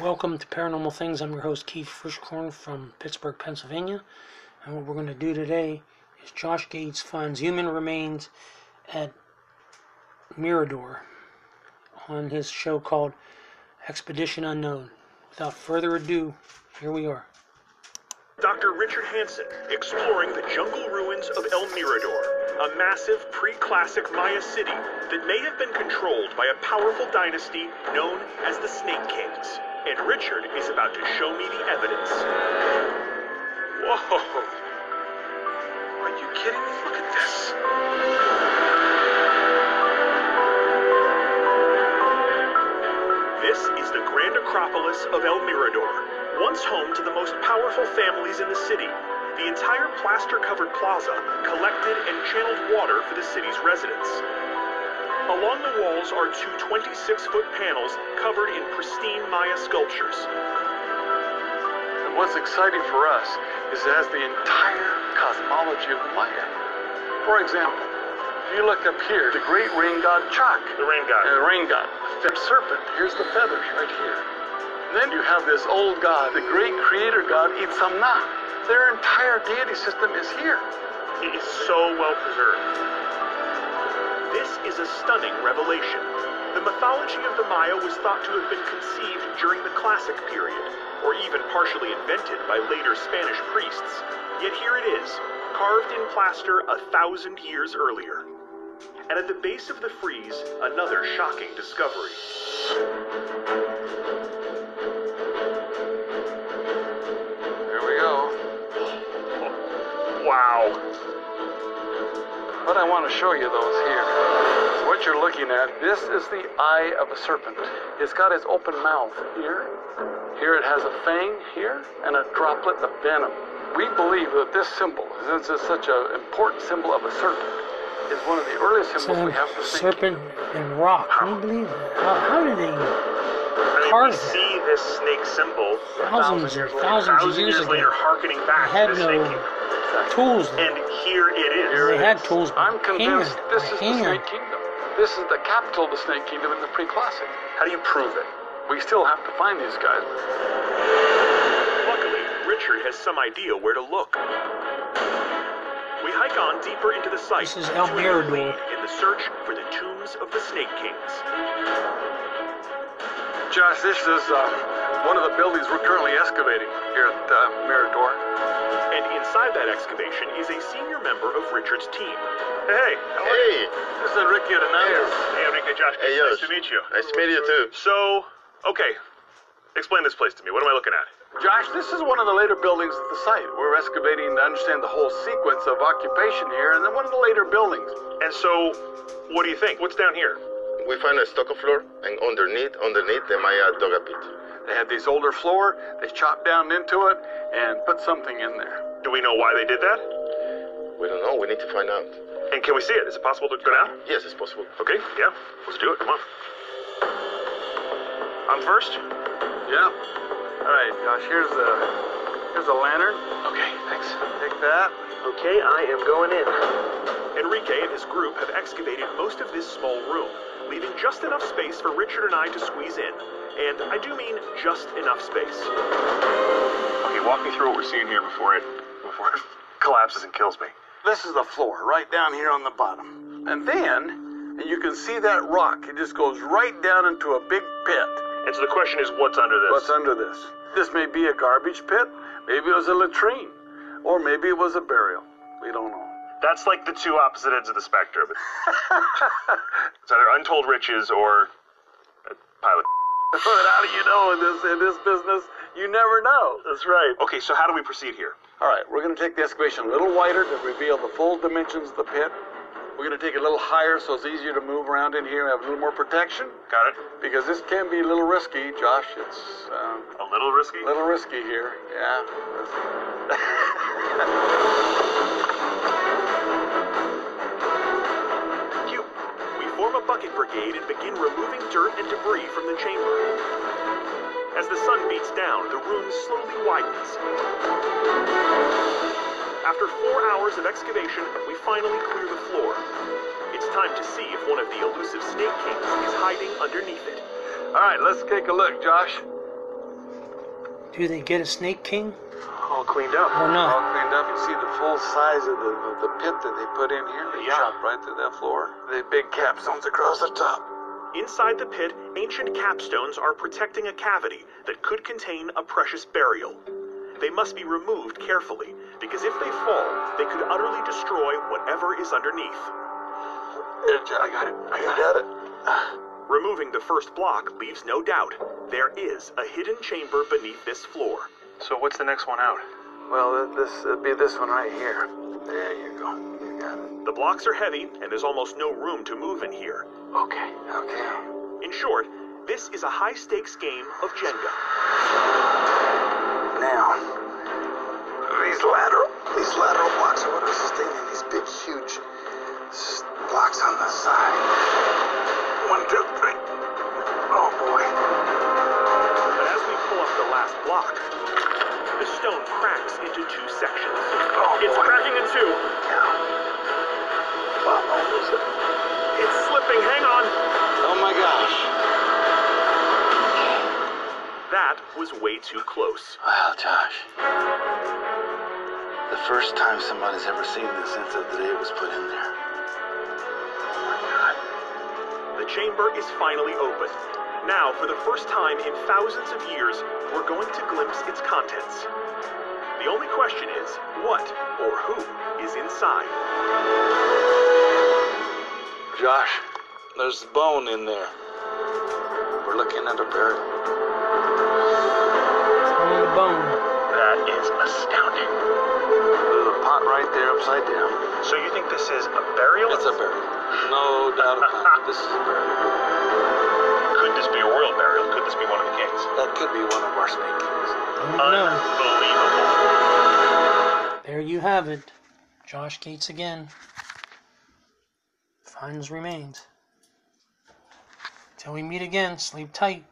Welcome to Paranormal Things. I'm your host, Keith Frischkorn from Pittsburgh, Pennsylvania. And what we're going to do today is Josh Gates finds human remains at Mirador on his show called Expedition Unknown. Without further ado, here we are. Dr. Richard Hansen exploring the jungle ruins of El Mirador, a massive pre classic Maya city that may have been controlled by a powerful dynasty known as the Snake Kings. And Richard is about to show me the evidence. Whoa! Are you kidding me? Look at this! This is the Grand Acropolis of El Mirador, once home to the most powerful families in the city. The entire plaster covered plaza collected and channeled water for the city's residents. Along the walls are two 26 foot panels covered in pristine Maya sculptures. And what's exciting for us is it has the entire cosmology of the Maya. For example, if you look up here, the great rain god Chak, The rain god. the rain god, the serpent, here's the feathers right here. And then you have this old god, the great creator god Itzamna. Their entire deity system is here. It is so well preserved. This is a stunning revelation. The mythology of the Maya was thought to have been conceived during the Classic period, or even partially invented by later Spanish priests. Yet here it is, carved in plaster a thousand years earlier. And at the base of the frieze, another shocking discovery. Here we go. Wow. What I want to show you though is here. What you're looking at, this is the eye of a serpent. It's got its open mouth here. Here it has a fang here and a droplet of venom. We believe that this symbol, since it's such an important symbol of a serpent, is one of the earliest symbols we have for snake. serpent and rock. Can you believe that? How, how did they? I mean, we Carved. see this snake symbol Thousands and thousands of thousands years years ago. later, harkening back had to the no- snake kingdom. Tools. And here it is. They had tools. by I'm convinced hand, this by is the hand. snake kingdom. This is the capital of the snake kingdom in the pre-classic. How do you prove it? We still have to find these guys. Luckily, Richard has some idea where to look. We hike on deeper into the site This is to El a new Mirador. lead in the search for the tombs of the Snake Kings. Josh, this is uh, one of the buildings we're currently excavating here at uh, Mirador. And inside that excavation is a senior member of Richard's team. Hey, Hey, this is Enrique Hernandez. Hey, Enrique, Josh. hey, yo. Nice to meet you too. So, okay, explain this place to me. What am I looking at? Josh, this is one of the later buildings at the site. We're excavating to understand the whole sequence of occupation here, and then one of the later buildings. And so, what do you think? What's down here? We find a stucco floor and underneath, underneath the Maya dug a pit. They had this older floor, they chopped down into it and put something in there. Do we know why they did that? We don't know. We need to find out. And can we see it? Is it possible to go down? Yes, it's possible. Okay, yeah, let's do it. Come on. I'm first. Yeah. All right, Josh, here's a, here's a lantern. Okay, thanks. Take that. Okay, I am going in. Enrique and his group have excavated most of this small room, leaving just enough space for Richard and I to squeeze in. And I do mean just enough space. Okay, walk me through what we're seeing here before it before it collapses and kills me. This is the floor, right down here on the bottom. And then, and you can see that rock. It just goes right down into a big pit. And so the question is, what's under this? What's under this? This may be a garbage pit, maybe it was a latrine, or maybe it was a burial. We don't know. That's like the two opposite ends of the spectrum. it's either untold riches or a pile of. But how do you know in this in this business? You never know. That's right. Okay, so how do we proceed here? All right, we're going to take the excavation a little wider to reveal the full dimensions of the pit. We're going to take it a little higher so it's easier to move around in here and have a little more protection Got it. because this can be a little risky, Josh. It's um, A little risky. A little risky here, yeah. Cute. We form a bucket brigade and begin removing dirt and debris from the chamber. As the sun beats down, the room slowly widens. After four hours of excavation, we finally clear the floor. It's time to see if one of the elusive snake kings is hiding underneath it. All right, let's take a look, Josh. Do they get a snake king? All cleaned up. Or All no? cleaned up. You see the full size of the, of the pit that they put in here. They Yeah. chopped right through that floor. The big capstones across the top. Inside the pit, ancient capstones are protecting a cavity that could contain a precious burial. They must be removed carefully, because if they fall, they could utterly destroy whatever is underneath. I got it. I got it. Removing the first block leaves no doubt there is a hidden chamber beneath this floor. So what's the next one out? Well, th- this would be this one right here. There you go. You got it. The blocks are heavy, and there's almost no room to move in here. Okay. Okay. In short, this is a high stakes game of Jenga. Now, these lateral, these lateral blocks are what are sustaining these big, huge s- blocks on the side. One, two, three. Oh boy. But as we pull up the last block, the stone cracks into two sections. Oh It's boy. cracking in two. Yeah. Wow, almost it. It's slipping. Hang on. Oh my gosh. That was way too close. Wow, Josh. The first time somebody's ever seen this since the day it was put in there. The chamber is finally open. Now, for the first time in thousands of years, we're going to glimpse its contents. The only question is what or who is inside? Josh, there's bone in there. We're looking at a burial. It's only the bone. That is astounding. There's a pot right there upside down. So you think this is a burial? It's a burial. No doubt about it. This is a burial. Could this be a royal burial? Could this be one of the kings? That could be one of our snake kings. I don't know. Unbelievable. There you have it. Josh Gates again. Finds remains. Till we meet again, sleep tight.